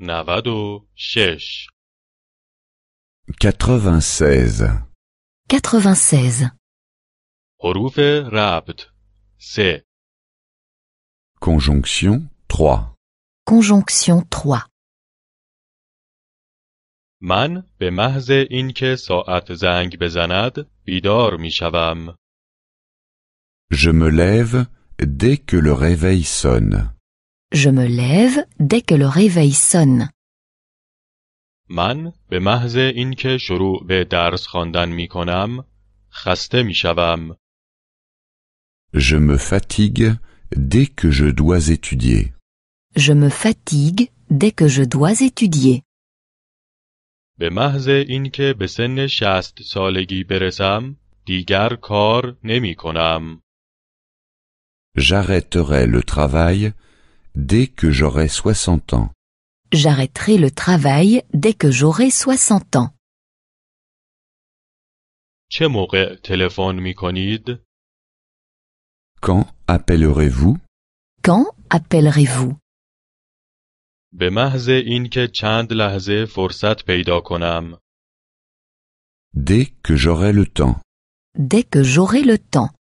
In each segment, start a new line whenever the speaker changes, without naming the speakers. نود و شش
96.
96.
حروف ربط سه
Conjonction 3.
Conjonction 3.
من به محض اینکه ساعت زنگ بزند بیدار می شوم.
Je me lève dès que le réveil sonne.
Je me lève dès que le réveil sonne.
من به محض اینکه شروع به درس خواندن می کنم خسته می شوم.
Je me fatigue dès que je dois étudier.
Je me fatigue dès que je dois étudier.
به محض اینکه به سن شست سالگی برسم دیگر کار نمی کنم.
J'arrêterai le travail dès que j'aurai 60 ans.
J'arrêterai le travail dès que j'aurai 60 ans.
چه موقع تلفن می کنید؟
Quand appellerez-vous
Quand appellerez-vous
به محض اینکه چند لحظه فرصت پیدا کنم.
Dès que j'aurai le temps.
Dès que j'aurai le temps.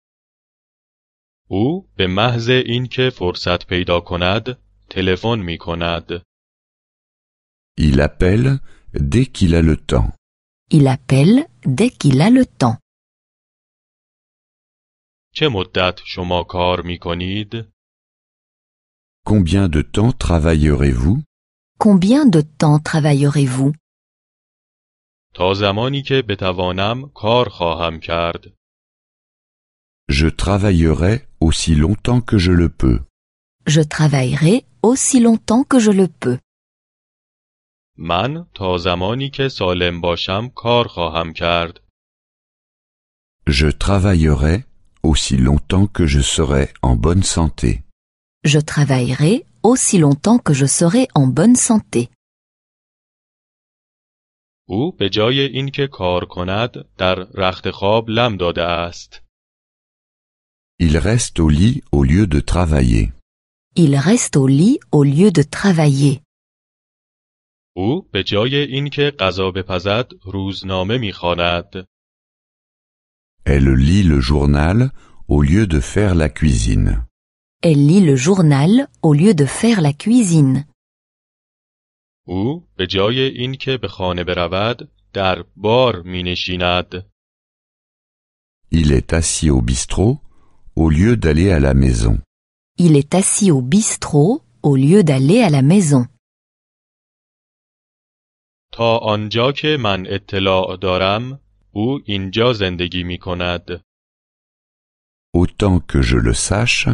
او به محض اینکه فرصت پیدا کند تلفن می کند.
Il appelle dès qu'il a le temps.
Il appelle dès qu'il a le temps.
چه مدت شما کار می کنید؟
Combien de temps travaillerez-vous
Combien de temps travaillerez-vous
تا زمانی که بتوانم کار خواهم کرد.
Je travaillerai aussi longtemps que je le peux.
Je travaillerai aussi longtemps que je le peux.
من تا زمانی که سالم باشم کار خواهم کرد.
Je travaillerai aussi longtemps que je serai en bonne santé.
Je travaillerai aussi longtemps que je serai en bonne santé.
او به جای اینکه کار کند در رخت خواب لم داده است.
Il reste au lit au lieu de travailler.
Il reste au lit au lieu de travailler.
او به جای اینکه غذا بپزد روزنامه میخواند.
Elle lit le journal au lieu de faire la cuisine.
Elle lit le journal au lieu de faire la cuisine.
او به جای اینکه به خانه برود در بار مینشیند.
Il est assis au bistrot au lieu d'aller à la maison.
Il est assis au bistrot au lieu d'aller à la maison.
تا آنجا که من اطلاع دارم او اینجا زندگی می کند.
Autant que je le sache,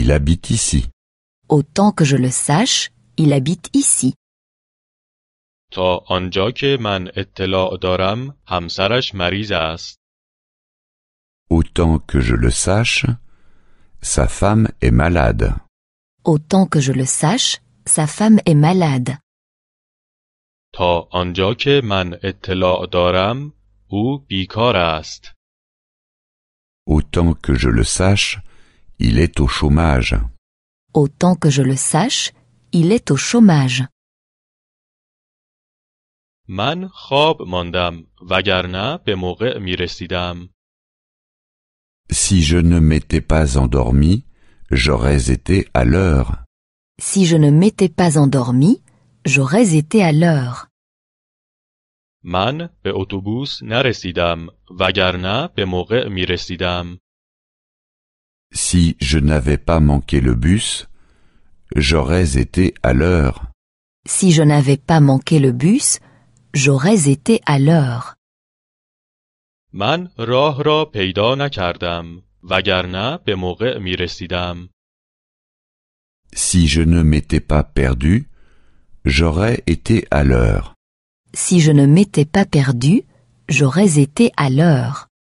il habite ici.
Autant que je le sache, il habite ici.
تا آنجا که من اطلاع دارم همسرش مریض است.
Autant que je le sache, sa femme est malade.
Autant que je le sache, sa femme est malade.
تا آنجا که من اطلاع دارم او بیکار است.
Autant que je le sache, il est au chômage.
Autant que je le sache, il est au chômage.
من خواب ماندم وگرنه به موقع می رسیدم.
Si je ne m'étais pas endormi, j'aurais été à l'heure.
Si je ne m'étais pas endormi, j'aurais été à l'heure.
من به اتوبوس نرسیدم وگرنه به موقع می رسیدم.
Si je n'avais pas manqué le bus, j'aurais été à l'heure.
Si je n'avais pas manqué le bus, j'aurais été à l'heure.
من راه را پیدا نکردم وگرنه به موقع می رسیدم.
Si je ne m'étais pas perdu, j'aurais été à l'heure.
Si je ne m'étais pas perdu, j'aurais été à l'heure.